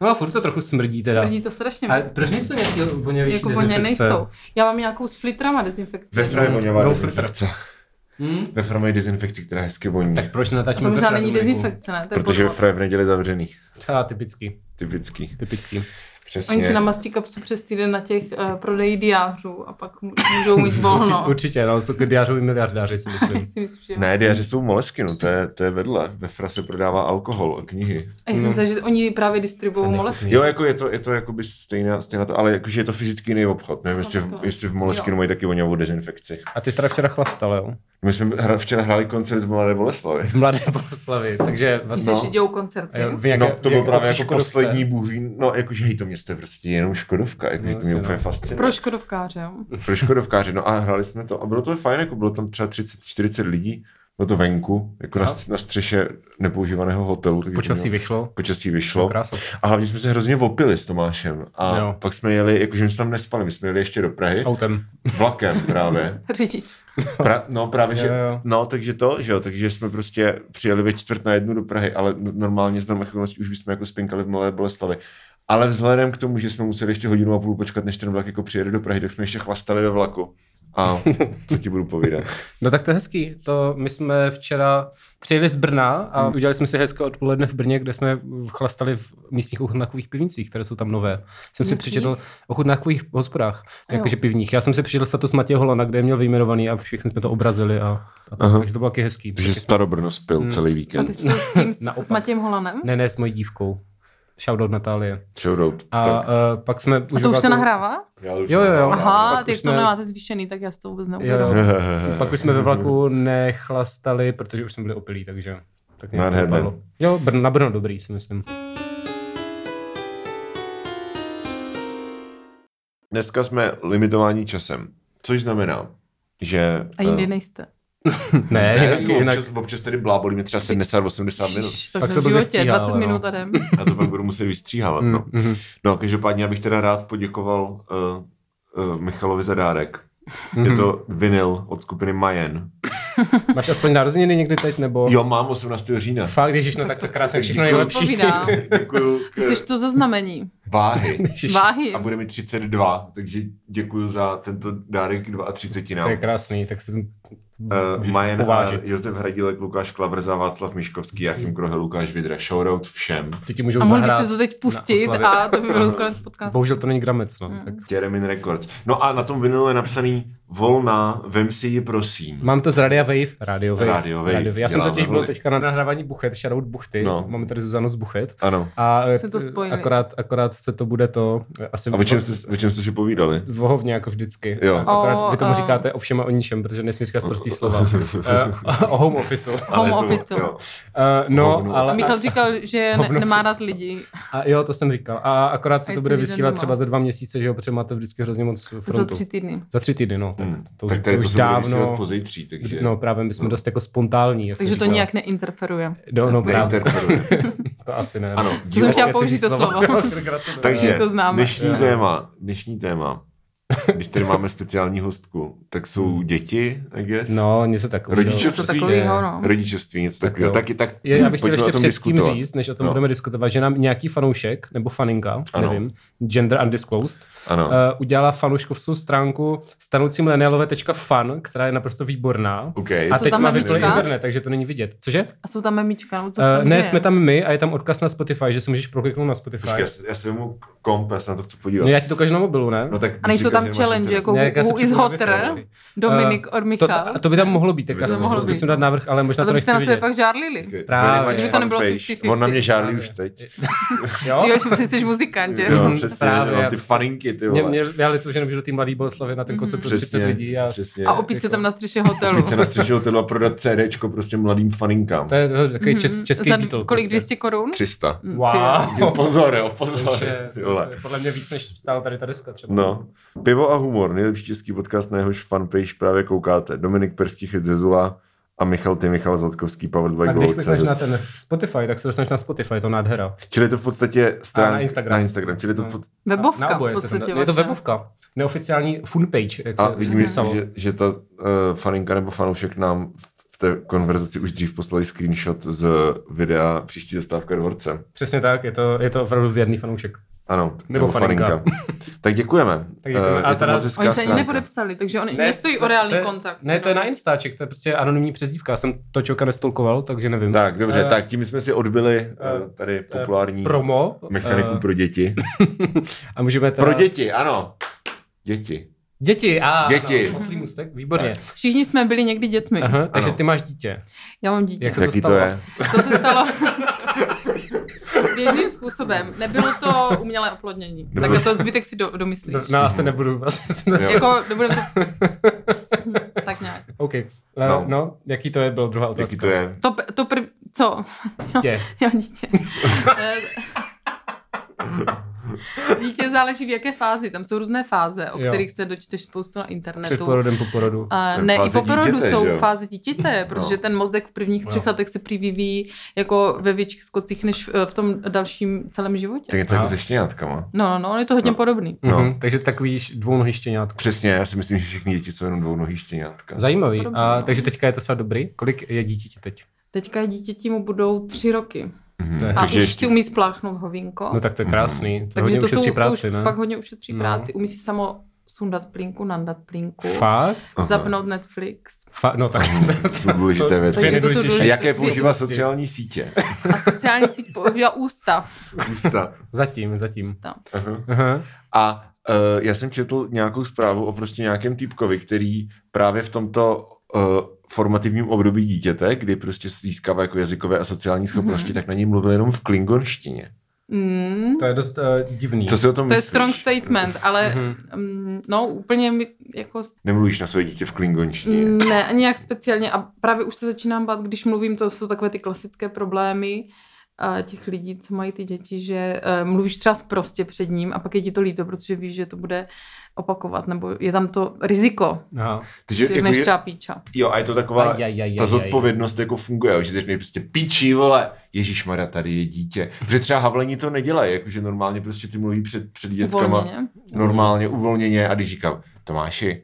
No a furt to trochu smrdí teda. Smrdí to strašně Ale moc. proč nejsou nějaký voněvější Jako voně dezinfekce? nejsou. Já mám nějakou s flitrama dezinfekci. Ve Fra je voňová No, dezinfekce. Hm? Ve Fra mají dezinfekci, která hezky voní. Tak proč A natáčíme to možná není Petra Domiku? dezinfekce, ne? To je Protože vlastně- ve podvod. Fra je v neděli zavřený. A typický, Typický. typický. Přesně. Oni si namastí kapsu přes týden na těch uh, prodeji diářů a pak mu- můžou mít Určitě, volno. určitě, no, jsou diářoví miliardáři si myslím. Si myslím, že... Ne, diaře jsou moleskinu, to je, to je vedle. Ve Fra se prodává alkohol a knihy. A já jsem No. se, že oni právě Jsem distribuují molesky. Jo, jako je to, je to jakoby stejná, stejná to, ale jakože je to fyzicky jiný obchod. Nevím, jestli, v- Takhle. jestli v Moleskinu No, Jo. mají taky voňavou dezinfekci. A ty jsi teda včera chlastal, jo? My jsme hra, včera hráli koncert v Mladé Boleslavi. V Mladé Boleslavy, takže vlastně... Myslíš, No. že dělou koncerty? Jo, v nějaké- no, to v bylo nějaké právě obří jako Škodovce. poslední bůh ví, no jakože hej, to město je prostě jenom Škodovka, jakože No, to mě asi, úplně no. fascinuje. Pro škodovkáře, jo. Pro Škodovkáře, no a hráli jsme to a bylo to fajn, jako bylo tam třeba 30-40 lidí, bylo to venku, jako na, A? st- na střeše nepoužívaného hotelu. takže to Počasí mělo- vyšlo. Počasí vyšlo. Krása. A hlavně jsme se hrozně vopili s Tomášem. A Jo. pak jsme jeli, jakože my jsme tam nespali, my jsme jeli ještě do Prahy. Autem. Vlakem právě. Řidič. Pra, no právě, Jo, že, jo. no takže to, že jo, takže jsme prostě přijeli ve čtvrt na jednu do Prahy, ale n- normálně znám okolností už bychom jako spinkali v Malé Boleslavi. Ale vzhledem k tomu, že jsme museli ještě hodinu a půl počkat, než ten vlak jako přijede do Prahy, tak jsme ještě chlastali ve vlaku. A co ti budu povídat? No tak to je hezký. To my jsme včera přijeli z Brna a Hmm. udělali jsme si hezké odpoledne v Brně, kde jsme chlastali v místních ochutnákových pivnicích, které jsou tam nové. Jsem si Jakých? přečetl ochutnákových hospodách, Jo. jakože pivních. Já jsem si přečetl status Matěje Holana, kde je měl vyjmenovaný a všichni jsme to obrazili a, a Aha. to, takže to bylo taky hezký. Takže Starobrno spil Hmm. celý A víkend. ty jsi byl s tím, s, Naopak. s Matějem Holanem? Ne, ne, s mojí dívkou. Shoutout Natálie. Shoutout. A Tak, uh, pak jsme... A to už se nahrává? já už jo, jo, jo. nemám rád. Aha, pak ty No, už jak to ne. nemáte zvýšený, tak já si to vůbec Jo, neuvědomuji. jo. Pak už jsme ve vlaku nechlastali, protože už jsme byli opilí, takže tak nějak to Nádherné. dopadlo. Jo, Brno, na Brno dobrý si myslím. Dneska jsme limitováni časem, což znamená, že... A jindy nejste. Ne, Ne, jinak, jako jinak občas, občas tady blábolí mi třeba 70-80 minut. Ježiš, to Pak v se to životě, vystříhá, 20 ale no. minut a jdem. Já to pak budu muset vystříhávat. Mm, No. mhm. no, každopádně já bych teda rád poděkoval uh, uh, Michalovi za dárek. Hmm. Je to vinyl od skupiny Mayen. Máš aspoň narozeniny někdy teď, nebo? Jo, mám 18. října. Fakt, ježiš, no tak to krásně všechno Děkuju. nejlepší. Odpovídá. Děkuju eh, Ty jsi co za znamení? váhy. Ježiš, Váhy. A bude mi 32, takže děkuju za tento dárek 32. to je krásný, tak se Uh, můžeš Majen povážit. Hár, Josef Hradilek, Lukáš Klavrza, Václav Miškovský, Jachim Krohe, Lukáš Vidra. Shoutout všem. Ty ti můžou A mohli byste zahrát. to teď pustit oslavě. a to by bylo konec podcastu. Bohužel to není gramec, no. Mm. Tak. Jeremin Records. No a na tom vinylu je napsaný Volná, vem si ji prosím. Mám to z Radia Wave. Radio Wave. Radio Wave. Já jsem Děláme totiž byl vlny. teďka na nahrávání Buchet, shoutout Buchty. No. Máme tady Zuzanu z Buchet. Ano. A eh, Jsme to spojili. akorát, akorát se to bude to, eh, asi A o čem, jste, o čem jste si povídali? vohovně jako vždycky. Jo. Akorát vy tomu O, a- říkáte o všem a o ničem, protože nesmí říkat prostý slova. Eh, o home officeu. Ale je to- opisu. jo. Eh, Hovnu. no, ale... A Michal říkal, že ne, Hovno prostě. nemá fest. rád lidi. A jo, to jsem říkal. A akorát se Ať to se bude lidem vysílat doma. třeba za dva měsíce, že jo, protože máte vždycky hrozně moc frontu. Za tři týdny. za tři týdny, no. Tak Hmm. to, tak tak tady to to, už se bude vysílat dávno... pozítří, takže No právě, my jsme No. dost jako spontánní. Jak jsem Takže to říkal. nijak neinterferuje. No, no právě, neinterferuje. to asi ne. no. Ano, To jsem dílo. Dílo- chtěla použít to cizí slovo. Gratuluju. Takže To známe. dnešní Jo. téma, dnešní téma. Když tady máme speciální hostku, tak jsou děti, I guess? Hmm. No, něco takového. Rodiče Co Prostě- takového, no. Rodičovství, něco Tak takového. jo. Taky, tak Je, já bych chtěl pojďme o ještě tom předtím diskutovat. říct, než o tom No. budeme diskutovat, že nám nějaký fanoušek, nebo faninka, Ano. nevím, gender undisclosed, Ano. uh, udělala fanouškovskou stránku stanucimlenialové.fan, která je naprosto výborná. OK. A Co teď tam má mamička? vyplný internet, takže to není vidět. Cože? A jsou tam memička, nebo co se Uh, tam ne, děje? jsme tam my a je tam odkaz na Spotify, že si můžeš prokliknout na Spotify. Počkej, já, si- já si vemu komp, já se na to chci podívat. No já ti to ukážu na mobilu, ne? No, tak, když A nejsou říkáš, tam že nemáš challenge, internet. jako Ne, jak já who jsem is přečetl na hotter, Wi-Fi. Dominik or eh, To, Michal. a to by tam mohlo být, tak To by já tam jsem mohlo být. zkusím dát návrh, ale možná A to to byste nechci na sebe vidět. pak žárlili. Very Právě. much Že by to nebylo fanpage. 50-50. On na mě žárlí už teď. Jo? Jo, že jsi muzikant, že? Jo, přesně, Právě. prostě- že mám ty faninky, ty Mě, vole. mě, já litu, že nemůžu do té mladé Boleslavy na ten koncert pro 30 lidí. A... přesně. Mhm. A opít se jako- tam na střeše hotelu. Teď se nastřešil hotelu a prodat CDčko prostě mladým faninkám. To je to je takový Mhm. čes, český Za Beatle. kolik, prostě. 200 korun? 300. Mm, ty jo. Wow. Jo, pozor, jo, To pozor. už je, ty to vole. je podle mě víc, než stála tady ta deska třeba. No. Pivo a humor, nejlepší český podcast, na jehož fanpage právě koukáte. Dominik Perský, Chyt Zezula a Michal Ty, Michal Zlatkovský, Powered by Tak když klikneš na Go.cz. ten Spotify, tak se dostaneš na Spotify, to nádhera. Čili je to v podstatě strán... A na Instagram. Na Instagram. Čili je to v No. podstatě... A na Webovka oboje v se tam dá- podstatě vlastně. Je to vaše. webovka. Neoficiální funpage, jak A se vždycky vidíme, psalo. že, že ta uh, faninka nebo eh, fanoušek nám v- v té konverzaci už dřív poslali screenshot z videa Příští zastávka dvorce. Přesně tak, je to, je to opravdu věrný fanoušek. Ano, Nebo faninka. tak děkujeme. Tak děkujeme. Eh, A je to teda- moc hezká Oni se ani stránka. nepodepsali, takže oni nestojí o reálný to je, kontakt. Ne, to je na Instaček, to je prostě anonymní přezdívka. Já jsem to člověka nestolkoval, takže nevím. Tak, dobře, Eh, tak tím jsme si odbyli eh, eh, tady populární Promo. mechaniku eh, pro děti. A můžeme teda... Pro děti, ano. Děti. Děti, a Děti. Ano, oslý můstek, výborně. Všichni jsme byli někdy dětmi. Aha, takže Ano. ty máš dítě. Já mám dítě. Jak se to Jaký to stalo? je? To se stalo běžným způsobem. Nebylo to umělé oplodnění. Nebylo- Tak to zbytek si do, domyslíš. No, no, já se nebudu. Asi se ne... Mhm. Jo. Jako, nebudem to... tak nějak. OK. Eh, No. No. no, jaký to je, byla druhá otázka. Jaký to je? To, p- to prv... Co? Dítě. Jo, dítě. Eh, dítě záleží v jaké fázi. Tam jsou různé fáze, o Jo. kterých se dočteš spoustu na Před internetu. porodem, po porodu. A Tak ne, i fáze po porodu dítěte, jsou že jo? No. fáze dítěte, protože ten mozek v prvních třech No. letech se prý vyvíjí jako ve větších skocích než eh, v tom dalším celém životě. Tak něco jako Aha. se štěňátkama. No, no, no, on je to hodně No. podobný. No. No. Mhm, takže takový š- dvounohý štěňátko. Přesně, já si myslím, že všechny děti jsou jenom dvounohý štěňátka. Zajímavý. Podobný, A, no. takže teďka je to třeba dobrý. Kolik je dítěti teď? Teďka dítěti mu budou tři roky Mhm. Ne. a Takže už ještě- si umí spláchnout hovinko. No tak to je Mhm. krásný. To takže hodně to ušetří jsou, to práci, už ne? pak hodně ušetří No. práci. Umí si samo sundat plínku, nandat plínku, Fakt? Aha. zapnout Netflix Fa- no tak. Mhm, to jsou důležité věci. je Takže to jsou nejdůležitější. A důležité- jaké používá Prostě. sociální sítě? a sociální síť používá ústa. Ústa. Zatím, zatím. ústa. Aha. Aha. A uh, já jsem četl nějakou zprávu o prostě nějakém týpkovi, který právě v tomto uh, formativním období dítěte, kdy prostě získává jako jazykové a Mhm. sociální schopnosti, mm-hmm. tak na něj mluvil jenom v klingonštině. Mm. To je dost uh, divný. Co si o tom To je myslíš? strong statement, ale Mhm. mm, no úplně mi jako Nemluvíš na své dítě v klingonštině. Mm. Ne, ani jak speciálně. A právě už se začínám bát, když mluvím, to jsou takové ty klasické problémy eh, těch lidí, co mají ty děti, že eh, mluvíš třeba prostě před ním a pak je ti to líto, protože víš, že to bude opakovat, nebo je tam to riziko, Aha. Takže že jako než je, třeba píča. jo, a je to taková No. Aj, aj, aj, ta aj, aj. zodpovědnost jako funguje, jo, že začneš prostě píčí, vole, Ježíš Mara, tady je dítě. Protože třeba havlení to nedělají, jakože normálně prostě ty mluví před, před dětskama. Uvolněně. No. normálně, uvolněně a když říkám, Tomáši,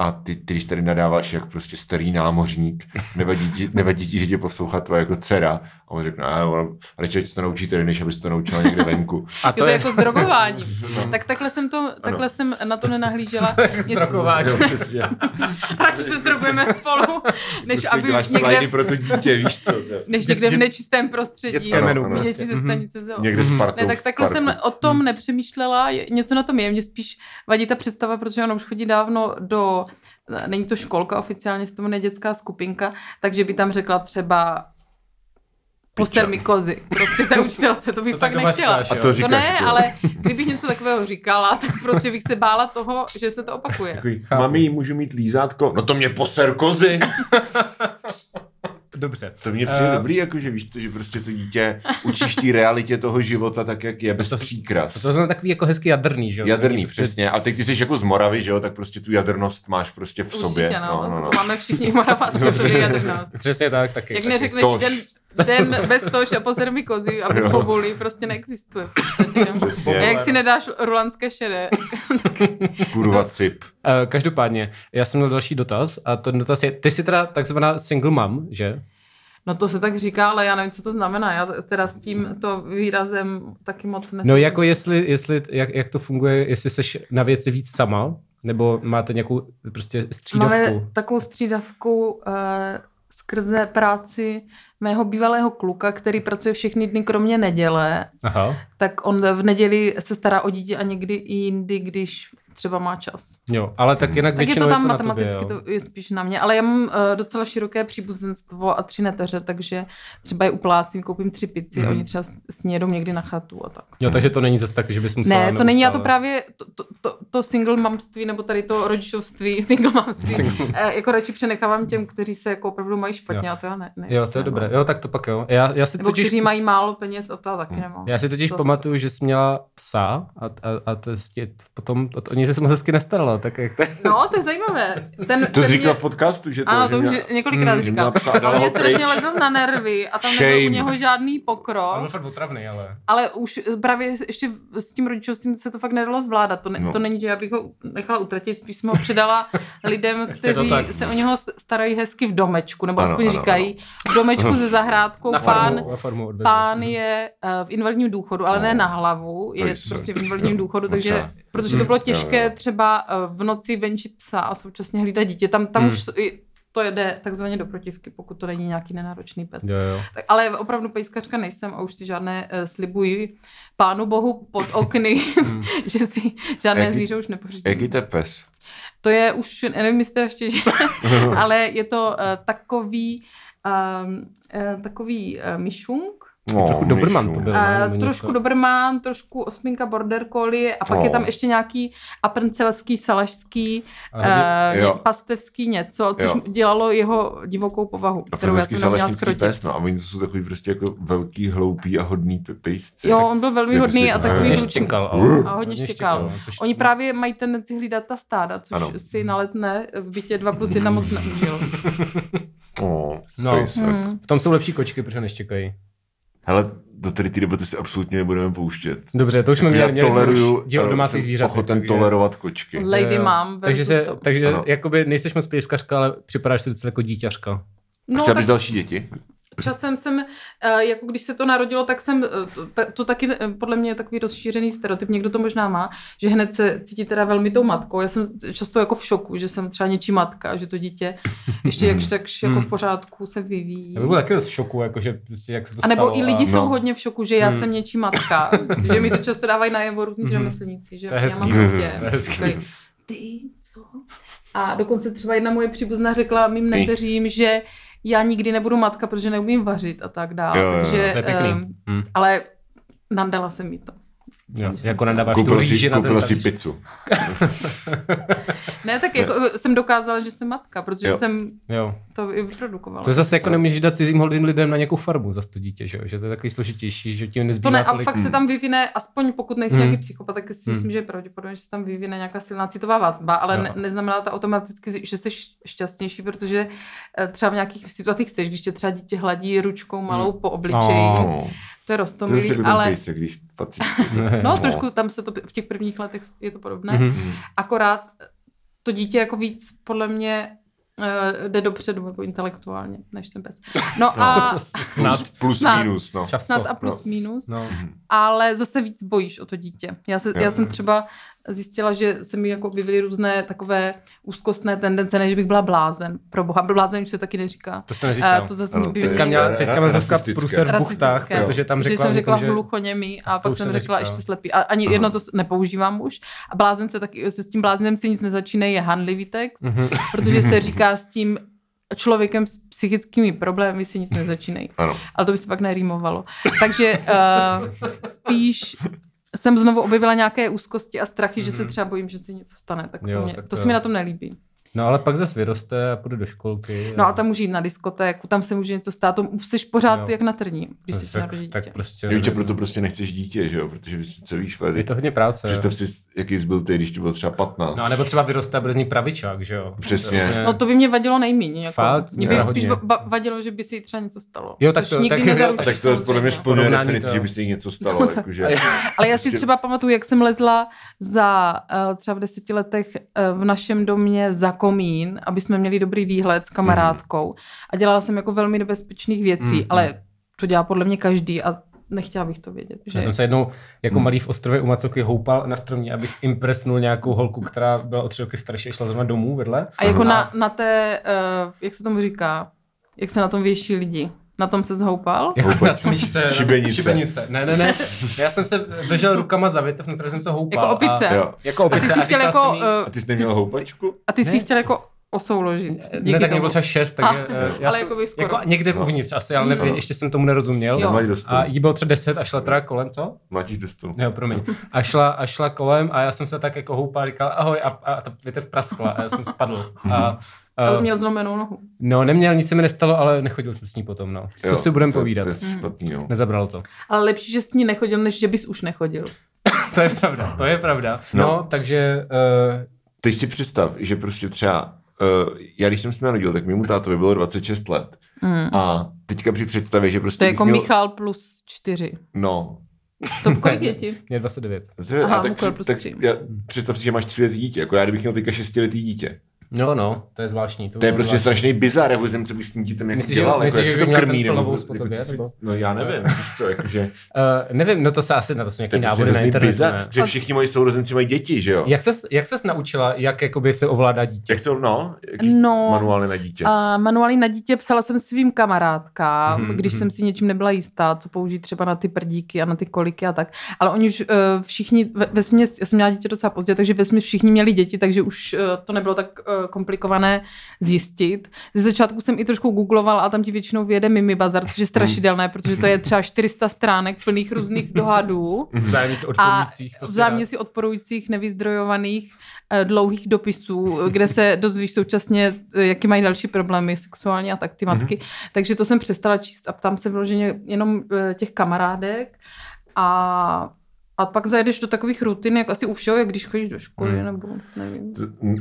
a ty, ty když tady nadáváš jak prostě starý námořník, nevadí ti, nevadí ti že tě poslouchá tvoje jako dcera. A on řekne, a on radši ať se to naučí tady, než aby se to naučila někde venku. A Je to jako s drogováním. No. Tak takhle jsem, to, takhle jsem na to nenahlížela. jako Mě- Zdrokování. Jo, přesně. Radši se drogujeme spolu, než Prostě aby děláš někde, No. slajdy pro to dítě, víš co. než někde v Dět- nečistém prostředí. Dětské Ano, menu. ano. prostě. Děti ze Mhm. stanice zoo. Někde s Mhm. partou Ne, tak v takhle parku. jsem o tom Hmm. nepřemýšlela, je- něco na tom je, mě spíš vadí ta představa, protože ona už chodí dávno do, není to školka oficiálně, se to jmenuje dětská skupinka, takže by tam řekla třeba poster mi kozy, prostě té učitelce, to bych To fakt tak doma nechtěla. říkáš, A jo. to To říkáš. ne, ty jo. ale kdybych něco takového říkala, tak prostě bych se bála toho, že se to opakuje. Takový, Chápu. Mami, můžu mít lízátko? No to mě poser kozy. Dobře. To mě přijde Eh. dobrý, jakože víš co, že prostě to dítě učíš té realitě toho života tak, jak je, bez To- příkras. To jsou takový jako hezky jadrný, že jo? Jaderný, Takový prostě- přesně. A teď ty jsi jako z Moravy, že jo, tak prostě tu jadernost máš prostě v sobě. Určitě, no, to máme všichni Moraváci, co je jadrnost. Přesně tak, taky. Jak taky. neřekneš tož. den, den bez tož a pozer mi kozy a bez Jo. povůli, prostě neexistuje. v podstatě, no. Přesně. A jak si nedáš rulanské šedé, Kurva cip. Eh, Každopádně, já jsem měl další dotaz a ten dotaz je, ty jsi teda takzvaná single mom, že? no to se tak říká, ale já nevím, co to znamená. Já teda s tím to výrazem taky moc nesmím. No jako jestli, jestli jak, jak to funguje, jestli jsi na věci víc sama, nebo máte nějakou prostě střídavku. Máme takovou střídavku eh, skrze práci mého bývalého kluka, který pracuje všechny dny kromě neděle, Aha, tak on v neděli se stará o dítě a někdy i jindy, když třeba má čas. jo, ale tak jinak Tak je většinou to tam je to na tobě, matematicky, jo. to je spíš na mě, ale já mám uh, docela široké příbuzenstvo a tři neteře, takže třeba je uplácím, koupím tři pici, Mhm. mm. oni třeba s- s ní jedou někdy na chatu a tak. Jo, takže to není zas tak, že bys musela Ne, to není, já to neustále- právě, to, to, to, to single mamství, nebo tady to rodičovství, single mamství, Single eh, jako radši přenechávám těm, kteří se jako opravdu mají špatně, jo. a to já ne. ne Jo, to je nemám. dobré. Jo, tak to pak jo. Já, já si Nebo totiž... kteří mají málo peněz, o to já taky nemám. Já si totiž To- pamatuju, že jsi měla psa a, a, a to je, potom to, oni mě se moc hezky nestarala, tak jak to No, to je zajímavé. Ten, To ten jsi říkal mě... v podcastu, že to Ano, že to už měla- několikrát Mm, mm, že říkal. měla psa, A dala ho mě pryč. strašně lezl na nervy a tam Shame. nebyl u něho žádný On byl pokrok. fakt otravný, ale... Ale už právě ještě s tím rodičovstvím se to fakt nedalo zvládat. To, ne, No. no. to není, že já bych ho nechala utratit, spíš jsem ho předala lidem, je to kteří tak. se o něho s- starají hezky v domečku, nebo Ano, aspoň ano, říkají v domečku se zahrádkou. Na Pán, farmu, na farmu odvezl. pán je eh, v invalidním důchodu, ale ne No. na hlavu, je Ježiš. prostě v invalidním Jo, důchodu, moc takže ne. protože to bylo no Hmm. jo, těžké jo. třeba eh, v noci venčit psa a současně hlídat dítě. Tam, tam Hmm. už i to jede takzvaně do protivky, pokud to není nějaký nenáročný pes. Jo, jo. Tak, ale opravdu pejskačka nejsem a už si žádné eh, slibuji pánu bohu pod okny, Hmm. že si žádné Jaký- zvíře už nepořídím. Jaký to je pes? To je už, nevím, jestli teda ještě, že, No. ale je to uh, takový, um, uh, takový uh, myšunk, No, Trochu Doberman to Míšu. byl. ne? Nebo Uh, něco. trošku Doberman, trošku osminka Border Collie a pak No. je tam ještě nějaký aprncelský, salašský, Ale hodně- uh, Jo. ně, pastevský něco, což Jo. dělalo jeho divokou povahu, A kterou já francouzský jsem neměla salašnický skrotit. pes, no a oni to jsou takový prostě jako velký, hloupý a hodný pe- pejsci. Jo, Tak- on byl velmi Ty hodný myslíš- a takový hodně hlučný. štěkal. ale- A hodně štěkal. no, což- Oni právě mají tendenci hlídat ta stáda, což Ano. ano. si na letné v bytě 2 plus 1 moc neužil. O, No. pejsek. Hmm. V tom jsou lepší kočky, protože neštěkají. Hele, do tady té debaty se absolutně nebudeme pouštět. Dobře, to už jsme měli, já měli jsme toleruju, eh, už eh, díl domácí jsem zvířat. ochoten tolerovat kočky. Le- Lady mom Takže, versus se, to. takže Ano. jakoby nejseš moc pejskařka, ale připadáš si docela jako dítěřka. No, Chtěla tak bys další děti? časem jsem, eh, jako když se to narodilo, tak jsem, eh, to, ta- to taky eh, podle mě je takový rozšířený stereotyp, někdo to možná má, že hned se cítí teda velmi tou matkou. Já jsem často jako v šoku, že jsem třeba něčí matka, že to dítě ještě jakž takž jako v pořádku se vyvíjí. Hmm. Já bych byl taky dost v šoku, jakože prostě jak se to A nebo stalo. i lidi a... jsou No. hodně v šoku, že já Hmm. jsem něčí matka, že mi to často dávají najevo různí Mhm. řemeslníci, že To je hezký. no. já mám prostě- dítě. Hmm. To je hezký. Říkali, Ty, co? A dokonce třeba jedna moje příbuzná řekla mým Ty. neteřím, že já nikdy nebudu matka, protože neumím vařit a tak dále. Jo, jo, jo. takže, To je pěkný. ehm, Hm. ale nandala jsem mi to. Jo, jako nadáváš tu Koupila si, rýži na ten koupila si talíř. pizzu. Ne, tak jako, jsem dokázala, že jsem matka, protože Jo. jsem Jo. to i vyprodukovala. To je zase jako nemůžeš dát cizím holding lidem na nějakou farbu za to dítě, že, jo? že to je takový složitější, že ti nezbývá To ne, a tolik. fakt se tam vyvine, aspoň pokud nejsi Mhm. Hmm. nějaký psychopat, tak si Hmm. myslím, že je pravděpodobně, že se tam vyvine nějaká silná citová vazba, ale Jo. ne, neznamená to automaticky, že jsi šťastnější, protože eh, třeba v nějakých situacích jsi, když tě třeba dítě hladí ručkou malou Mhm. po obličeji, Oh. No. to je To je si roztomilý, dobrý ale pejsek, když patří. no, No. trošku tam se to v těch prvních letech je to podobné, Mhm. akorát to dítě jako víc podle mě eh, jde dopředu jako intelektuálně, než ten pes. No a S- Snad. Plus, plus Snad. minus, no. Často. snad a plus minus. No. Mhm. ale zase víc bojíš o to dítě. Já, se, Jo, já jo. jsem třeba zjistila, že se mi jako objevily různé takové úzkostné tendence, než bych byla blázen. Pro boha, blázen už se taky neříká. To jsem A neříkal. Eh, to zase Ano, mi teďka Teďka, bylo měla, teďka mám Zuzka Eh, Rasistické. pruser v buchtách, Rasistické. protože tam že řekla, jsem řekla že... že... hluchoněmí a To pak už se jsem řekla neříká. ještě slepý. A ani jedno to s- nepoužívám už. A blázen se taky, se s tím bláznem si nic nezačínej, je hanlivý text, Mhm. protože se říká s tím člověkem s psychickými problémy si nic nezačínej Ano. ale to by se pak nerýmovalo. Takže uh, spíš jsem znovu objevila nějaké úzkosti a strachy, mm-hmm. že se Mhm. třeba bojím, že se něco stane. Tak to, Jo, mě, tak to to se mi jo. na tom nelíbí. No ale pak zase vyroste a půjde do školky. No a tam může jít na diskotéku, tam se může něco stát, to jsi pořád Jo. jo. jak na trní, když Tak- si tak, narodí dítě. tak prostě... Děvče, nevím, proto no. prostě nechceš dítě, že jo? Protože si co víš, Je Freddy. to hodně práce. Představ si, jaký jsi byl ty, když ti bylo třeba 15. No a nebo třeba vyroste a bude z ní pravičák, že jo? Přesně. To je- No to by mě vadilo nejméně. Jako. Fakt? Mě Jo. by spíš Hodně. ba- ba- vadilo, že by si jí třeba něco stalo. Jo, tak Což to- tak- nikdy jo, tak- nezaručíš, tak to podle mě samozřejmě. splňuje Porovnání definici, to- že by se jí něco stalo. jako No, tak- jakože, Ale já si Prostě- třeba pamatuju, jak jsem lezla za eh, třeba v deseti letech eh, v našem domě za komín, aby jsme měli dobrý výhled Mhm. s kamarádkou. A dělala jsem jako velmi nebezpečných věcí, Mhm. ale to dělá podle mě každý a nechtěla bych to vědět. Že... Já jsem se jednou Hmm. jako malý v ostrově u Macoky houpal na stromě, abych impresnul nějakou holku, která byla o tři roky starší a šla zrovna domů vedle. A jako Aha. na, na té, eh, jak se tomu říká, jak se na tom věší lidi. Na tom se zhoupal? Jako na Houpač. smíšce. na- Šibenice. šibenice. Ne, ne, ne. Já jsem se držel rukama za větev, na které jsem se houpal. Jako opice. A, jo. jako A ty opice. jsi chtěl říkal jsem jako, jí- A eh, ty jsi neměl Ty jsi- houpačku? a ty Ne. jsi chtěl jako osouložit. ne, Díky tak mě tomu. bylo třeba šest, takže A, eh, já ale jsem, jako by skoro. jako někde No. uvnitř asi, ale Mm. nevím, ještě jsem tomu nerozuměl. Jo. Mladí do stolu. A jí bylo třeba 10 a šla teda kolem, co? Mladíš do stolu. Jo, promiň. A šla, a šla kolem a já jsem se tak jako houpal, říkal ahoj a, a ta větev praskla a já jsem spadl. A, a, Ale měl zlomenou nohu. no neměl, nic se mi nestalo, ale nechodil jsem s ní potom, no. Co Jo, si budeme to- Mm. povídat? To je špatný, jo. Nezabralo to. Ale lepší, že s ní nechodil, než že bys už nechodil. to je pravda, to je pravda. No, No. takže eh, Teď si představ, že prostě třeba, uh, já když jsem se narodil, tak mému tátovi bylo 26 let. Mm. A teďka při představě, že prostě... To je bych jako měl- Michal plus čtyři. No, To kolik je ti? mě je 29. Zde, Aha, prostě a tak, Mukul při- plus tak tři. já, představ si, že máš tříletý dítě, jako já kdybych měl teďka šestiletý dítě. No, no, to je zvláštní. To je bylo prostě zvláštní. strašný bizar, já vůbec co bych s tím dítem jako Myslíš, že- dělal, myslíš, jako, že by jak se to měl ten krmí, nebo, plnovous po jako, tobě, co si- nebo? No já nevím, víš co, jakože, Eh, nevím, no to se asi na to jsou nějaký to je prostě návody na hrozný internetu. bizar, ne? že všichni moji sourozenci mají děti, že jo? Jak ses, jak ses naučila, jak jakoby se ovládá dítě? Jak jsou, no, jaký s- No. manuály na dítě. A manuály na dítě psala jsem svým kamarádkám, Mhm, mm-hmm. když mhm. jsem si něčím nebyla jistá, co použít třeba na ty prdíky a na ty koliky a tak. Ale oni už uh, všichni, ve, ve směs, já jsem měla dítě docela pozdě, takže ve směs všichni měli děti, takže už uh, to nebylo tak uh, komplikované zjistit. Ze začátku jsem i trošku googlovala a tam ti většinou vyjede Mimi Bazar, což je Mhm. strašidelné, protože to je třeba 400 stránek plných různých dohadů. Vzájemně si odpovících. prostě Vzájemně dá- si odporujících, nevyzdrojovaných, eh, dlouhých dopisů, eh, kde se dozvíš současně, eh, jaký mají další problémy sexuální a tak ty matky. Mhm. Mm-hmm. Takže to jsem přestala číst a ptám se vloženě jenom eh, těch kamarádek. A, a pak zajedeš do takových rutin, jak asi u všeho, jak když chodíš do školy, Mhm. Mm. mm. nebo nevím.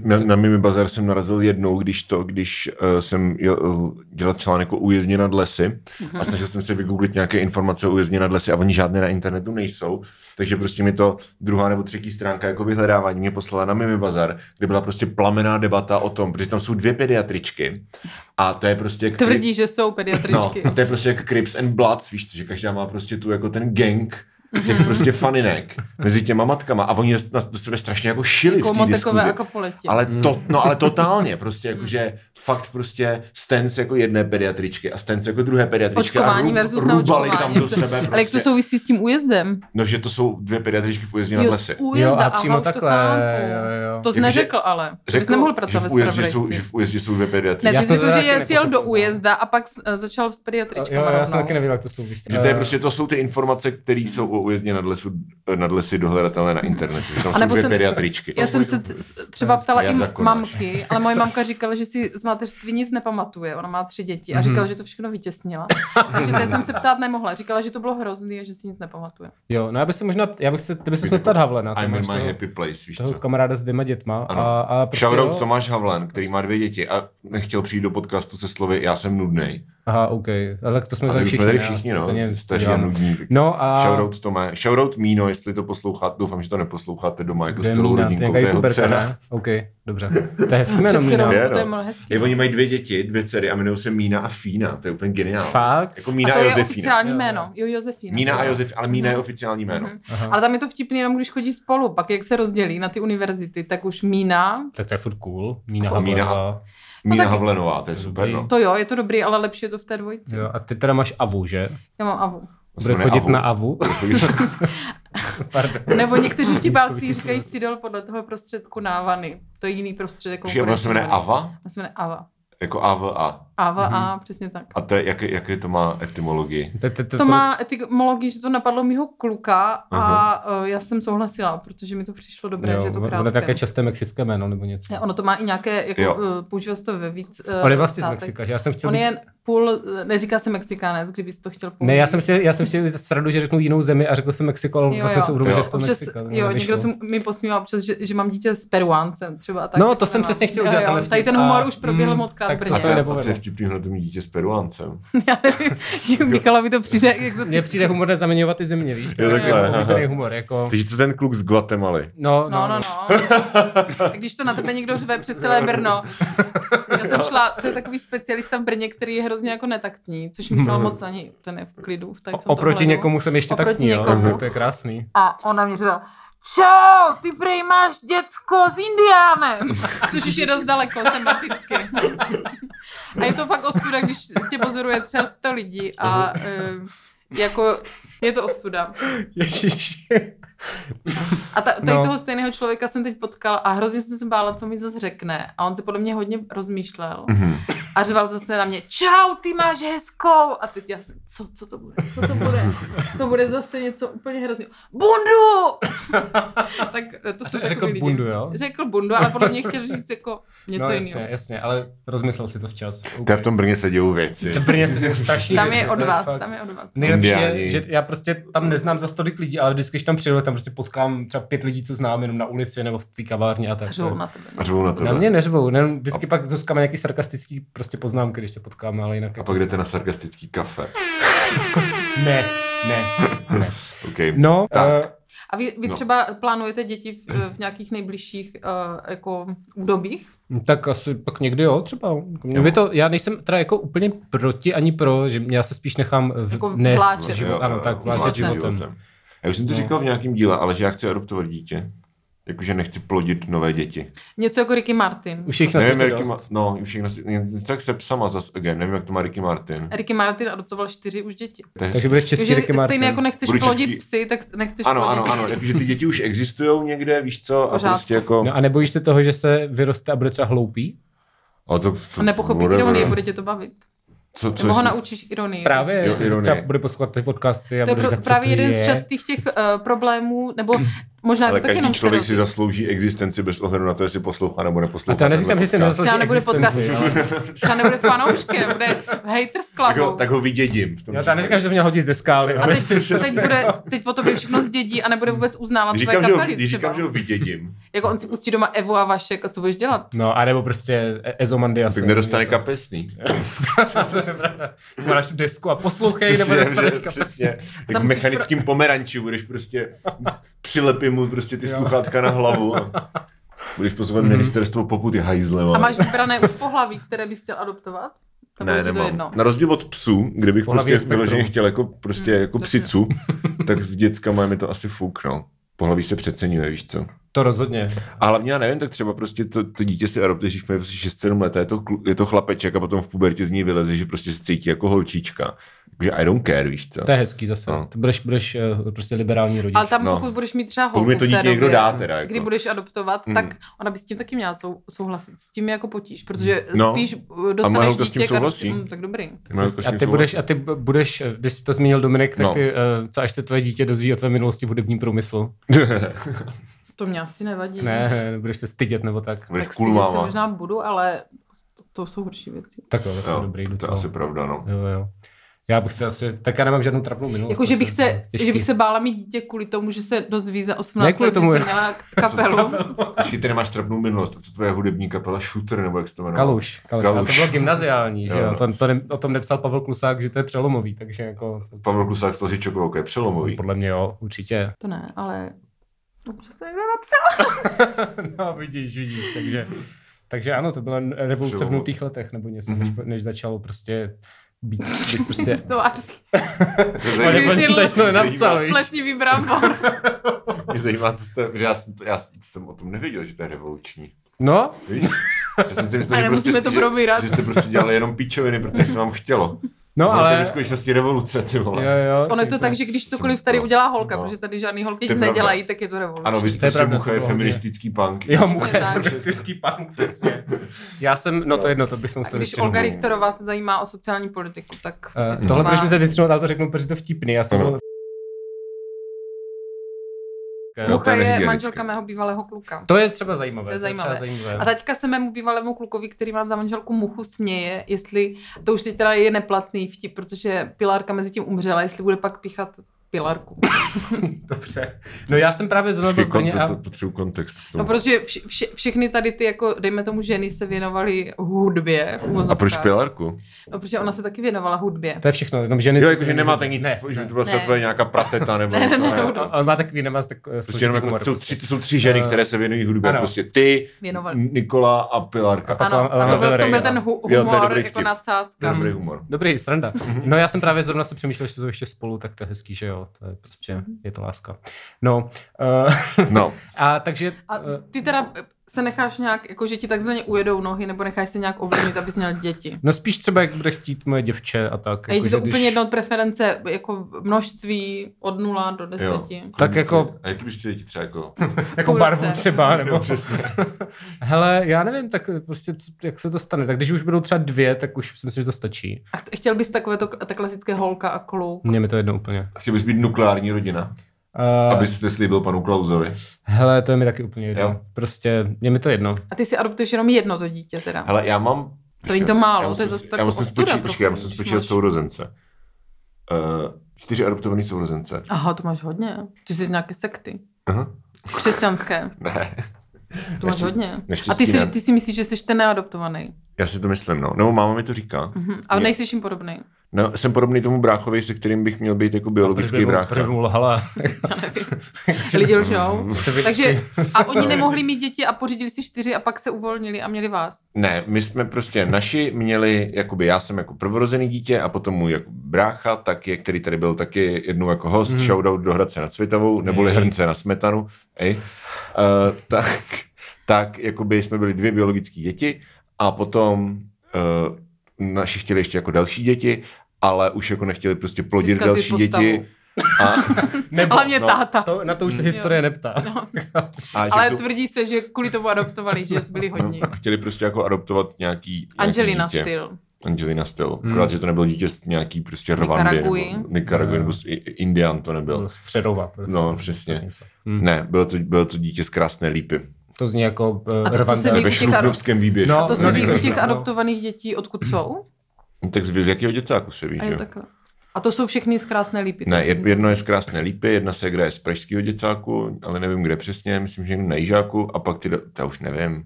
Na, na Mimi Bazar jsem narazil jednou, když to, když uh, jsem jel, dělal článek o újezdě nad lesy Mhm. a snažil jsem se vygooglit nějaké informace o újezdě nad lesy a oni žádné na internetu nejsou, takže prostě mi to druhá nebo třetí stránka jako vyhledávání mě poslala na Mimi Bazar, kde byla prostě plamená debata o tom, protože tam jsou dvě pediatričky a to je prostě... jak Kri- Tvrdí, že jsou pediatričky. No, to je prostě jak Crips and Bloods, víš co, že každá má prostě tu jako ten gang Mhm. těch prostě faninek mezi těma matkama a oni na, do sebe strašně jako šili jako v té Motekové diskuzi. a Kapoletě. Ale to, Hmm. no ale totálně, prostě Hmm. jakože fakt prostě stens jako jedné pediatričky a stens jako druhé pediatričky Očkování a versus rubali tam neočkování. do sebe Ale jak to prostě. souvisí s tím újezdem? No, že to jsou dvě pediatričky v újezdě nad Jo, lesy. z újezda, Jo, a aha, přímo už to takhle, chápu. jo, jo. To jsi Jakože neřekl ale. Řekl, bys nemohl pracovat že ve v újezdě jsou, zpravodajství. že v újezdě jsou dvě pediatričky. Ne, Já ty jsem jsi to řekl, že taky jsi jel do nepochopil, no. újezda a pak s- eh, začal s Jo, pediatričkama já jsem taky rovnou. nevěděl, jak to souvisí. Že to je Eh, prostě, to jsou ty informace, které jsou o újezdě nad, lesu, nad lesy dohledatelné na internetu. Že tam A jsou nebo dvě jsem- pediatričky. Já jsem se t- s- třeba ptala i Jarda Konáš. mamky, ale moje mamka říkala, že si z mateřství nic nepamatuje. Ona má tři děti Mhm. a říkala, že to všechno vytěsnila. Takže té jsem se ptát nemohla. Říkala, že to bylo hrozný a že si nic nepamatuje. Jo, no já bych se možná, já bych se, ty bys se Bych měl jako- ptat Havle na to. I'm in máš my toho, happy place, víš toho co. kamaráda s dvěma dětma. Ano. A, a prostě, Shoutout jo. Tomáš Havlan, který má dvě děti a nechtěl přijít do podcastu se slovy já jsem nudnej. Aha, OK. Ale tak to jsme Ale tady my všichni. jsme tady ne? Já všichni, to no, stejně staří a dělám. nudní. tak No a... Shoutout Tomé, shoutout Míno, jestli to posloucháte, doufám, že to neposloucháte doma jako kde je s celou Mína? To je rodinkou, to nějaká je jeho youtuberka, dcera. ne? OK, dobře. To je hezký jméno, Před chvílou, Mína. Je, to je no. mnoho hezký. Je, oni mají dvě děti, dvě dcery a jmenují se Mína a Fína, to je úplně geniální. Fakt? Jako A Mína to a je Josefína. oficiální Jo, jo. jméno. Mhm. Jo, Josefína. Mína a Josef, ale Mína je oficiální jméno. Aha. Ale tam je to vtipný jenom, když chodí spolu. Pak jak se rozdělí na ty univerzity, tak už Mína, Tak to je furt cool. Mína A fakt Mína. Havlerová. Mína taky- Havlenová, to je super, no. to jo, je to dobrý, ale lepší je to v té dvojici. Jo, a ty teda máš Avu, že? Já mám Avu. Bude jmenuje chodit Avu. na Avu. Jako Pardon. Nebo někteří vtipálci Nízkovisící říkají vlk. Sidel podle toho prostředku návany. To je jiný prostředek. Počkej, ona se jmenuje Ava? Mhm. Ona se jmenuje Ava. Jako AVA. Ava a přesně tak. A to je, jak, jaké to má etymologii? To- to- to- To má etymologii, že to napadlo mýho kluka a Aha. eh, já jsem souhlasila, protože mi to přišlo dobré, Jo, že je to ono je také krátké. časté mexické jméno nebo něco. Ne, Ono to má i nějaké, jako, Jo. eh, používá se to ve víc eh, On je vlastně z státech. Mexika, že já jsem chtěl On být- je půl, eh, neříká se Mexikánec, kdybys to chtěl použít. Ne, já jsem chtěl, já jsem chtěl udělat srandu, že řeknu jinou zemi a řekl jsem Mexiko, ale Jo, pak jsem jo. se uvědomil, Jo. že je to Občas, Mexika. to jo, nevyšlo. někdo se mi posmívá občas, že, že mám dítě s Peruáncem třeba. a Tak No, to jsem nemám. přesně chtěl udělat, Jo, tenhle jo, tady vtip. ten A, humor už proběhl mm, moc krát tak v to Brně. A se co je- a nepovedlo. co je vtipný na tom dítě s peruáncem? Já nevím, jak Michalovi to přijde, jak se Mně přijde humor nezaměňovat ty země, víš? To Jo, je takhle, jako aha. oblíbený humor, jako... Takže co ten kluk z Guatemaly? No, No, no, no. A Když to na tebe někdo řve přes celé Brno. Já jsem šla, to je takový specialista v Brně, který je hrozně jako netaktní, což Michal moc ani, ten je v klidu. V tak Mhm. O- Oproti někomu jsem ještě Oproti tak jo? někomu. Tak To je krásný. A ona mě říkala, Čau, ty prej máš děcko s Indiánem. Což už je dost daleko sematicky. A je to fakt ostuda, když tě pozoruje třeba 100 lidí a eh, jako je to ostuda. Ježíš. A ta, tady No. no. toho stejného člověka jsem teď potkal a hrozně jsem se bála, co mi zase řekne. A on se podle mě hodně rozmýšlel Mhm. a řval zase na mě, čau, ty máš hezkou. A teď já jsem, co, co to bude, co to bude? To bude zase něco úplně hrozného. Bundu! tak eh, to jsou Řekl takový lidi. jako bundu, jo? Řekl bundu, ale podle mě chtěl říct jako něco no jiného. jasně, jasně, ale rozmyslel si to včas. To je v tom Brně se dějou věci. To Brně se dějou strašný Tam věci, je od to vás, fakt- tam je od vás. Nejlepší je, Indiáni. že já prostě tam neznám za tolik lidí, ale vždycky, když tam přijedu, tam prostě potkám třeba pět lidí, co znám jenom na ulici nebo v té kavárně a tak. Řvou na tebe. no. A řvou na Na to. mě neřvou, jenom vždycky pak Zuzka má nějaký sarkastický prostě poznámky, když se potkáme, ale jinak... A jako- pak jdete na sarkastický kafe. Ne, ne, ne. Okay. No, Tak. eh, A vy, vy No. třeba plánujete děti v, eh, v nějakých nejbližších uh, jako údobích? eh, Tak asi pak někdy jo, třeba. jako Mě by to, já nejsem teda jako úplně proti ani pro, že já se spíš nechám v, Jako nést vláčet. život, Jo, ano, jo, tak jo, vláčet vláčet životem. Já už jsem to No. říkal v nějakém díle, ale že já chci adoptovat dítě. Jakože nechci plodit nové děti. Něco jako Ricky Martin. Už jich na Nevím, světě jaký dost. ma... No, už všechno si... Něco jak se psama zas again. Nevím, jak to má Ricky Martin. Ricky Martin adoptoval čtyři už děti. To je Takže hezký. budeš český Takže Ricky Martin. stejně jako nechceš Budu plodit český. psy, tak nechceš Ano, plodit ano, ano. Jakože ty děti už existují někde, víš co? A Pořád. prostě jako... No a nebojíš se toho, že se vyroste a bude třeba hloupý? A to... A nepochopí whatever. ironii, bude tě to bavit. Co, co Nebo ho jestli- naučíš ironii. Právě, Jo, že ironie. třeba bude poslouchat ty podcasty a To je bude pro, říkat, co právě to jeden je. z častých těch uh, problémů, nebo možná Ale to tak každý jenom člověk si stereotyp. zaslouží existenci bez ohledu na to, jestli poslouchá nebo A neposlouchá. to já neříkám, tenhle že si podcast. nezaslouží Třeba nebude existenci, jo. Třeba nebude fanouškem, bude hater s tak ho, klavou. tak ho vydědím. V tom Já to já neříkám, že to měl hodit ze skály. A ale teď, myslím, že teď, se- bude, teď po tobě všechno zdědí a Hmm. nebude vůbec uznávat případě. tvoje říkám, že ho, kapely když třeba. říkám, že ho vydědím, Jako on si pustí doma Evu a Vašek a co budeš dělat? No, a nebo prostě E- Ezomandias. tak nedostane Něco. kapesný. Máš tu desku a poslouchej, nebo nedostaneš kapesný. přesně. Jak Tam v musíš mechanickým pomeranči budeš prostě, přilepím mu prostě ty Jo. sluchátka na hlavu a budeš pozvat ministerstvo pokud je hajzlem. A ale- máš vybrané už pohlaví, které bys chtěl adoptovat? Nebo je ne, ti to nemám. jedno? Na rozdíl od psů, kdybych Pohlaví je prostě vyloženě spektrum. chtěl jako, prostě Hmm, jako přesně. psicu, tak s dětskama je mi to asi fuk, no. Pohlaví se přeceňuje, víš co. To rozhodně. A hlavně já nevím, tak třeba prostě to, to dítě si adoptuješ, když má prostě 6-7 let, a je to, klu- je to chlapeček a potom v pubertě z ní vyleze, že prostě se cítí jako holčička. Takže I don't care, víš co. To je hezký zase. No. Ty budeš, budeš eh, prostě liberální rodič. Ale tam no. pokud budeš mít třeba holku Pokud mi to v té dítě době, někdo dá teda. Jako. kdy budeš adoptovat, Mm. tak ona by s tím taky měla sou, souhlasit. S tím je jako potíž, protože No. no. spíš eh, moje dostaneš holka s tím dítě k adopci- souhlasí. Mm, tak dobrý. Moje holka s Prostě- a tím ty souhlasí. budeš, a ty b- budeš, eh, když to zmínil Dominik, tak No. ty, eh, co až se tvoje dítě dozví o tvé minulosti v hudebním průmyslu. To mě asi nevadí. Ne, budeš se stydět nebo tak. budeš tak cool stydět se máma. možná budu, ale to, to jsou horší věci. Tak jo, tak to Jo, je dobrý to je docela. asi pravda, no. Jo, jo. Já bych se asi, tak já nemám žádnou trapnou minulost. Jako, že asi, bych, se, no, těžký. že bych se bála mít dítě kvůli tomu, že se dozví za 18 Ne kvůli let, tomu, že jo. jsem měla kapelu. Počkej, ty nemáš trapnou minulost. A co tvoje hudební kapela Shooter, nebo jak se to jmenuje? Kaluš, kaluš. kaluš. Kaluš. to bylo gymnaziální, že Jo, jo. no. To, to ne, o tom nepsal Pavel Klusák, že to je přelomový, takže jako... Pavel Klusák psal si Čokolovka, je přelomový. Podle mě jo, určitě. To ne, ale... Dobře, to je No, vidíš, vidíš, takže, takže ano, to byla revoluce v Přelomový. nultých letech nebo něco, než, než začalo prostě být, když prostě... napsal. To je Ale zajímavý. jako jsi to jedno jsi nenapsal, víš? Plesnivý brambor. Mě zajímá, co jste, že já, jsem to, já jsem o tom nevěděl, že to je revoluční. No, Víš? Já jsem si myslel, A že nemusíme prostě, to že- probírat. že jste prostě dělali jenom pičoviny, protože se vám chtělo. no Ale... To je ale... ve skutečnosti revoluce, ty vole. Jo, jo, Ono je super. to tak, že když Jsem cokoliv pro. tady udělá holka, No. protože tady žádný holky To je nic pravda. nedělají, tak je to revoluce. Ano, vy To jste je prostě pravda, mucha to je bylo hodně. feministický punk. Jo, můj Přesně tak. feministický punk, přesně. Já jsem, no to jedno, to bychom A museli když vystřihnout. Olga Richterová se zajímá o sociální politiku, tak... Eh, je to tohle má- bychom museli vystřihnout, ale to řeknu, protože to vtipný. Já jsem Ano. byl... to je Mucha je nehygienické. manželka mého bývalého kluka. To je třeba zajímavé. To je třeba zajímavé. A teďka se mému bývalému klukovi, který má za manželku muchu, směje, jestli to už teď teda je neplatný vtip, protože Pilárka mezi tím umřela, jestli bude pak píchat Pilarku. Dobře. No já jsem právě zrovna byl v Brně a... potřebuji kontext k No tomu. protože vš, vš, všechny tady ty, jako dejme tomu ženy, se věnovaly hudbě. v A proč uvozovkách. pilarku? No, protože ona se taky věnovala hudbě. To je všechno, jenom ženy... Jo, co jakože se- nemáte nic, Ne, že by ne. No, to byla třeba Ne. tvoje nějaká prateta nebo Ne, něco. ne, Ne, ne, Eh, On má takový, nemá tak eh, Prostě jenom složitý jako, humor. jsou prostě. tři, to jsou tři ženy, které se věnují hudbě. Ano. Prostě ty, Věnovali. Nikola a Pilarka. pak Ano, Elena a to byl, v tom byl Del Rey, ten no. hu- Jo, to je humor, dobrý jako vtip. nadsázka. Dobrý humor. Dobrý, sranda. Mhm. No já jsem právě zrovna se přemýšlel, že jsou ještě spolu, tak to je hezký, že jo. To je prostě, Mhm. je to láska. No, uh, No, a takže... A eh, ty teda se necháš nějak, jako že ti takzvaně ujedou nohy, nebo necháš se nějak ovlivnit, abys měl děti. No spíš třeba, jak bude chtít moje děvče a tak. A je ti jakože to úplně jedno od preference, jako množství od 0 do 10. jo. Tak jako- A jaký byste děti třeba jako... Jako půlce. barvu třeba, nebo... Jo, přesně. Hele, já nevím, tak prostě, co- jak se to stane. Tak když už budou třeba dvě, tak už si myslím, že to stačí. A ch- chtěl bys takové to, ta klasické holka a kluk. Mně mi to jedno úplně. Chtěl bys být nukleární rodina. Uh, Abyste slíbil panu Klausovi. Hele, to je mi taky úplně jedno. Jo. Prostě je mi to jedno. A ty si adoptuješ jenom jedno to dítě teda. Hele, já mám... To není to Počkej, málo, já to musím- je zase Já taková musím ostuda spočítat, trochu, počkej, já musím když spočítat máš- sourozence. Uh, čtyři adoptovaný sourozence. Aha, to máš hodně. Ty jsi z nějaké sekty. Aha. Křesťanské. Ne, To máš Naštěstí- hodně. A naštěstí ty si, ne. ty si myslíš, že jsi ten neadoptovaný. já si to myslím, no. Nebo máma mi to říká. Mhm. Ale Je- nejsi jim podobný. No, jsem podobný tomu bráchovi, se kterým bych měl být jako biologický Proč brácha. by mu lhala? Lidi lžou. To by- Takže a oni nemohli mít děti a pořídili si čtyři a pak se uvolnili a měli vás. Ne, my jsme prostě naši měli, jakoby já jsem jako prvorozený dítě a potom můj jako brácha, tak je, který tady byl taky jednou jako host, Mhm. mm. shoutout do Hradce nad Svitavou, neboli Ej. Hrnce na smetanu, ej, uh, tak, tak jakoby jsme byli dvě biologické děti a potom uh, naši chtěli ještě jako další děti, ale už jako nechtěli prostě plodit Získat si další postavu. děti. A, Nebo, Hlavně no, táta. to, na to už se historie neptá. No. a že Ale to- tvrdí se, že kvůli tomu adoptovali, že byli hodní. no, a chtěli prostě jako adoptovat nějaký, nějaký Angelina dítě. styl. Angelina Still. Hmm. Hmm. Akorát, že to nebylo dítě z nějaký prostě Rwandy, nebo Nikaraguji. Nikaragui, Ne. nebo z I- Indian to nebyl. Středova. Prostě. No, přesně. Něco. Hm. Ne, bylo to, bylo to dítě z krásné lípy. To zní jako A uh, to- to se Rwanda. ví- Ve těch šlubnovském výběžku. No, A to No, se ví no, u těch no. adoptovaných dětí, odkud jsou? Tak z, z jakého děcáku se ví, A, že je jo? takhle. a to jsou všechny z krásné lípy. Ne, to je- jsem jedno je z krásné lípy, jedna se hraje z pražského děcáku, ale nevím kde přesně, myslím, že někde na Jižáku, a pak ty, do- já už nevím.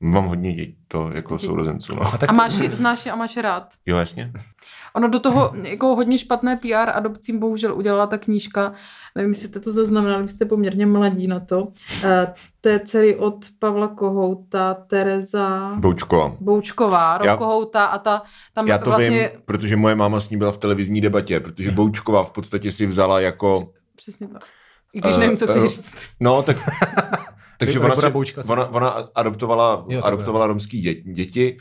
Mám hodně dětí, to jako Dětí. sourozenců, no. tak A máš je, znáš je a máš je rád. Jo, jasně. Ono do toho jako hodně špatné PR adopcím bohužel udělala ta knížka, nevím, jestli jste to zaznamenali, vy jste poměrně mladí na to, eh, té dcery od Pavla Kohouta, Tereza Boučko. Boučková, Rob Já- Kohouta a ta, tam Já to vlastně... vlastně... vím, protože moje máma s ní byla v televizní debatě, protože Boučková v podstatě si vzala jako... Přesně tak. I když Eh, nevím, co chci eh, říct. No, tak... takže ona, Barbora si, Boučka se- ona, ona adoptovala, takhle. jo, adoptovala romský dě, děti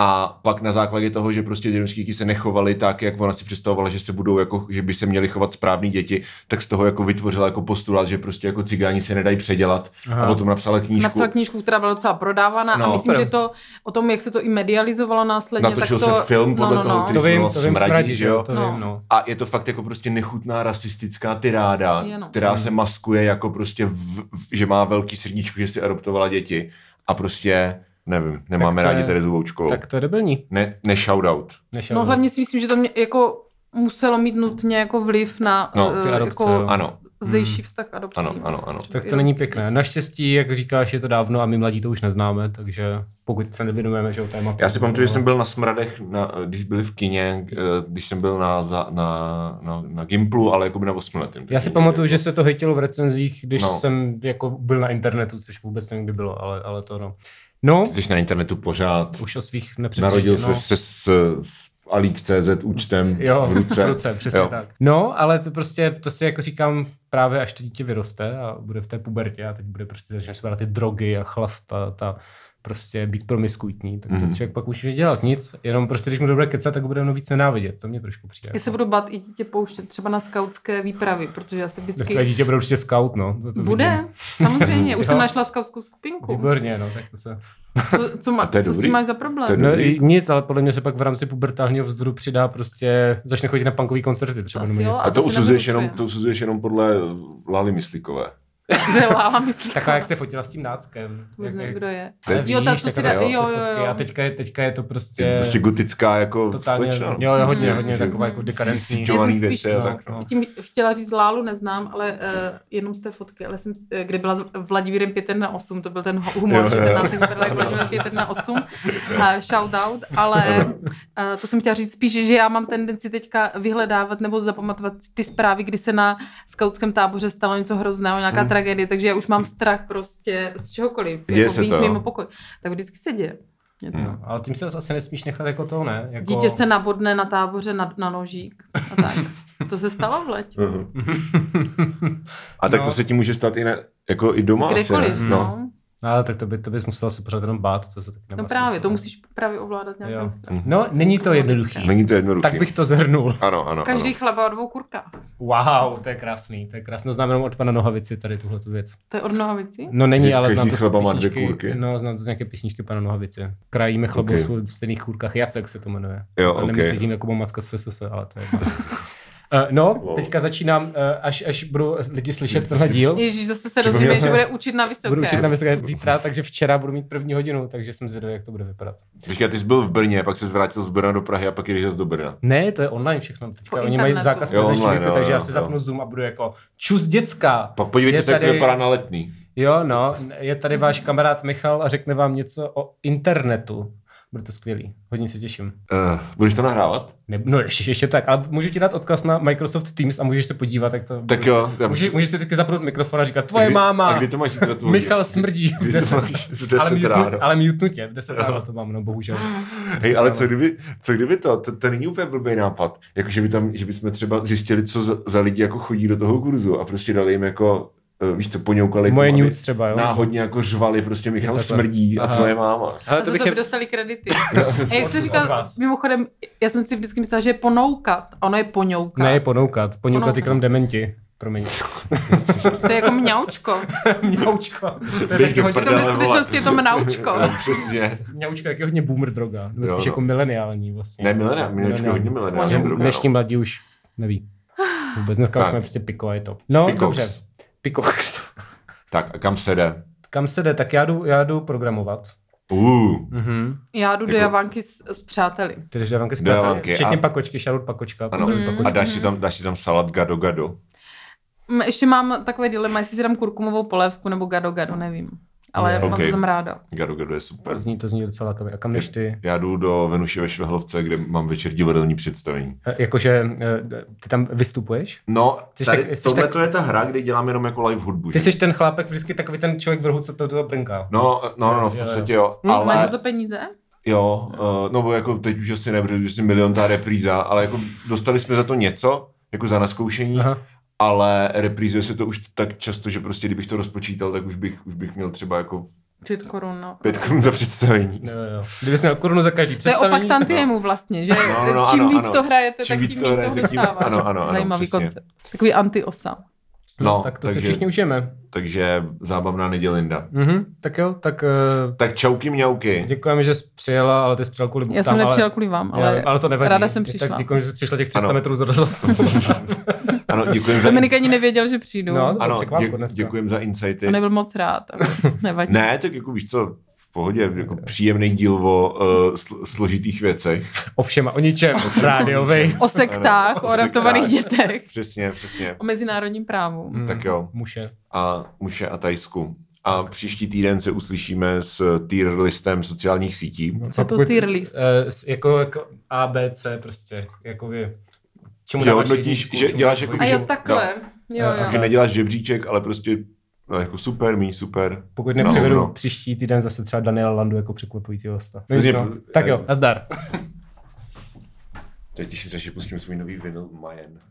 a pak na základě toho, že prostě ty romský děti se nechovaly tak, jak ona si představovala, že se budou jako, že by se měly chovat správný děti, tak z toho jako vytvořila jako postulát, že prostě jako cigáni se nedají předělat Aha. Aha. a potom napsala knížku. Napsal knížku, která byla docela prodávaná no, a No, myslím, super. že to o tom, jak se to i medializovalo následně, Natočil tak to... se film podle no, no, toho, no. který to vím, jmenoval to vím, Smradí, smradí, že vlastně že jo? jo? To No. vím, no. a je to fakt jako prostě nechutná rasistická tiráda, Je, no. která Hmm. se maskuje jako prostě, v, v, že má velký srdíčko, že si adoptovala děti a prostě, nevím, nemáme to rádi je- Terezu Voučkovou. Tak to je debilní. Ne, ne shoutout. Nešel. No hlavně si myslím, že to mě jako muselo mít nutně jako vliv na No, eh, ty adopce, jo. jako Ano, zdejší vztah k adopcím. Ano, ano, ano. Tak to není pěkné. Naštěstí, jak říkáš, je to dávno a my mladí to už neznáme, takže pokud se nevěnujeme, že o téma. já si pamatuju, že jsem byl na Smradech, na, když byli v kině, eh, když jsem byl na, za- na, na, na Gimplu, ale jako by na osmiletém. Já si pamatuju, že se to hejtilo v recenzích, když no. No. jsem jako byl na internetu, což vůbec nevím, kdy bylo, ale, ale to no. No, Ty Jsi na internetu pořád, už o svých nepřečítě, narodil no. se se s, s Alík.cz účtem Jo, v ruce. v ruce přesně Jo. tak. No, ale to prostě, to si jako říkám, právě až to dítě vyroste a bude v té pubertě a teď bude prostě začne se brát ty drogy a chlastat a prostě být promiskuitní, tak mm. Mhm. co člověk pak může dělat? Nic, jenom prostě, když mu to bude kecat, tak ho bude mnohem víc nenávidět, to mě trošku přijde. jako. Já se budu bát i dítě pouštět třeba na skautské výpravy, protože já se Tak tvoje vždycky... dítě bude určitě scout, no. To to vidím. Bude, Jako- samozřejmě. Už Jo. jsem našla skautskou skupinku. Výborně, no, tak to se... Co, co, má, to je co s tím dobrý. máš za To problém? je No, dobrý. i nic, ale podle mě se pak v rámci pubertálního vzdoru přidá prostě, začne chodit na punkový koncerty třeba To nebo asi jo, něco. A to to si usuzuješ, nebudu jenom, přeje. to usuzuješ jenom podle Lali Myslikové. Kde Lála myslí? Taková, jak se fotila s tím náckem. Jak- Vůbec nevím, jak- kdo je. Ale Jo, ta, co tak si to dá- jsou ty jo, jo, fotky. jo. A teďka je, teďka je to Je to prostě... prostě gotická jako Totálně, slečna. jo, jo, hodně, Mhm. hodně Že- taková jako dekadentní. Já jsem Čovaný spíš- věci a tak. No. Tím chtěla říct Lálu, neznám, ale uh, jenom z té fotky, ale jsem, eh, kdy byla s Vladimírem 5 na 8, to byl ten ho- humor, Jo, že jo. ten nás vypadal jak Vladimír 5 na 8, uh, shout out, ale uh, to jsem chtěla říct spíš, že já mám tendenci teďka vyhledávat nebo zapamatovat ty zprávy, kdy se na skautském táboře stalo něco hrozného, nějaká Hmm. tragédie, takže já už mám strach prostě z čehokoliv, Děje se být to, jo. mimo pokoj. Tak vždycky se děje něco. Hmm. Ale tím se zase asi nesmíš nechat jako to, ne? Jako... no. Dítě se nabodne na táboře na, na nožík a tak. To se stalo v letě. Mhm. A tak No. to se ti může stát i, ne, jako i doma. asi, Kdekoliv, ne? no. No, ale tak to, by, to bys musel se pořád jenom bát, to se taky No nemá právě, smysl. to musíš právě ovládat nějak Jo. ten strach. No, není to jednoduchý. Není to jednoduché. Tak bych to zhrnul. Ano, ano, Každý ano. chleba o dvou kurkách. Wow, to je krásný, to je krásné. Znám jenom od pana Nohavici tady tuhle tu věc. To je od nohavicí? No není, Že ale každý znám to z chleba má dvě písničky- kůrky? No, znám to z nějaké písničky pana Nohavice. Krajíme chleba Ok. okay. v stejných kůrkách, Jacek se to jmenuje. Jo, a nemyslím ok. tím jako Macka z FSS, ale to je jedno. Eh, no, teďka začínám, eh, až, až budu lidi slyšet tenhle díl. Ježíš, zase se Připomněl dozvíme, jsem- že bude učit na vysoké. No. Budu učit na vysoké zítra, takže včera budu mít první hodinu, takže jsem zvědavý, jak to bude vypadat. Říká, ty jsi byl v Brně, pak se zvrátil z Brna do Prahy a pak jdeš zase do Brna. Ne, to je online všechno. Teďka Po oni internetu. mají zákaz Jo, prezenční online, výuky, jo, takže jo, já si jo. zapnu Zoom a budu jako čus děcka. Pak podívejte Je se, jak tady- to vypadá na letný. Jo, no, je tady váš kamarád Michal a řekne vám něco o internetu. Bude to skvělý, hodně se těším. Uh, budeš to nahrávat? Ne, no ještě, ještě tak, ale můžu ti dát odkaz na Microsoft Teams a můžeš se podívat, jak to Tak jo. já- Můžeš, můžeš si vždycky zapnout mikrofon a říkat, A tvoje kdy- máma, A kdy to máš zítra tvoje? Michal smrdí. Kdy v to 10, máš v ale, 10 mutnut, ráno. ale mutnutě, v 10 ráno to mám, no bohužel. Hej, ale co Dostávám. kdyby, co kdyby to, to, to není úplně blbý nápad, jako že by tam, že by jsme třeba zjistili, co za, za lidi jako chodí do toho kurzu a prostě dali jim jako, eh, víš co, poňoukali. Moje jim, aby nudes třeba, jo? Náhodně jako řvali, prostě Michal takhle. smrdí Aha. Jako- a tvoje máma. Hele, A za to by dostali kredity. A jak jsi od říkal, vás. mimochodem, já jsem si vždycky myslela, že je ponoukat. Ono je poňoukat. Ne, ponoukat. Ponoukat je Ponoukat. krom dementi. Promiň. to je jako mňaučko. Mňaučko. To je Big taky hodně, To ve Ale vole. Jako- skutečnosti je to mňaučko. Jo, Přesně. mňaučko je taky hodně boomer droga. Nebo Jo, spíš no. jako mileniální vlastně. Ne, mileniál, mileniál, hodně mileniál. Mileniál. dobrá, no. Dnešní mladí už neví. Vůbec dneska už Tak. jsme prostě piko a je to. No, Pikox. dobře. Pikox. Tak a kam se jde? Kam se jde? Tak já jdu, já jdu programovat. Uh, Mhm. Já jdu do Jako- Javanky s, s přáteli. Ty jdeš do Javanky Do zpátky, Javanky včetně a- pakočky, šarut pakočka. ano. pozdravím A pakočku. dáš si tam, dáš si tam salát gado gado. Mm, Ještě mám takové dilema, jestli si dám kurkumovou polévku nebo gado gado, nevím. Ale Jo, mám okej. to tam ráda. Gado gado je super. To Zní to zní docela kavě. A kam jdeš ty? Já jdu do Venuše ve Švehlovce, kde mám večer divadelní představení. E, Jakože e, ty tam vystupuješ? No, Jsi tady, tak- jsi tohle tak- to je ta hra, kde dělám jenom jako live hudbu. Ty že? jsi ten chlápek vždycky takový ten člověk v rohu, co to, to brinká. No, no, no, no, Jo, v jo. podstatě jo, Ale... Máš no, za to ale peníze? jo, eh, no bo jako teď už asi ne, protože už jsem milion ta repríza, ale jako dostali jsme za to něco, jako za naskoušení, Aha. ale reprízuje se to už tak často, že prostě kdybych to rozpočítal, tak už bych, už bych měl třeba jako 5 korun, no. pět korun za představení. Jo, jo. Kdyby jsi měl korunu za každý To je představení. opak tantiemu vlastně, že No, no, čím ano, víc ano. to hrajete, Čím tak víc tím to méně toho hrajete, tím- dostáváš. ano, ano, ano, Zajímavý přesně. koncept. Takový antiosa. No, tak to se takže, všichni užijeme. takže zábavná nedělinda. Mhm, tak jo, tak eh, Tak čauky mňauky. děkujeme, že jsi přijela, ale ty jsi přijel kvůli Já jsem buchtám, nepřijel kvůli vám, ale, ale, já- ale to nevadí. ráda jsem Tak přišla. jako- děkujeme, že jsi přišla těch 300 Ano. metrů z rozhlasu. Ano, děkujem za, Dominik ins- ani nevěděl, že přijdu. No, No, ano, překvapku dě- dneska. děkujem za insighty. On nebyl moc rád, ale nevadí. Ne, tak jako víš co, v pohodě, jako příjemný díl o uh, sl- složitých věcech. Ovšem, a o ničem, rádiovej. O sektách, Ano, o o adoptovaných sektách. dětech, Přesně, přesně. o mezinárodním právu. Mm, Tak jo. Muše. A muše a tajsku. A příští týden se uslyšíme s tier listem sociálních sítí. No, Co je to pokud- tier list? eh, s- jako, jako A, B, C prostě, jako vy. Čemu Že dáváš hodnotíš, jedničku, že čemu děláš dáš jako, A dvojku? jo, takhle. Jo, Jo, No. Takže jo. neděláš žebříček, ale prostě no, jako super, mý super. Pokud nepřivedu No, no. příští týden zase třeba Daniela Landu jako překvapujícího hosta. No, Přesně, nic, no. pr- Tak jo, nazdar. Teď těším se, že pustím svůj nový vinyl Majen.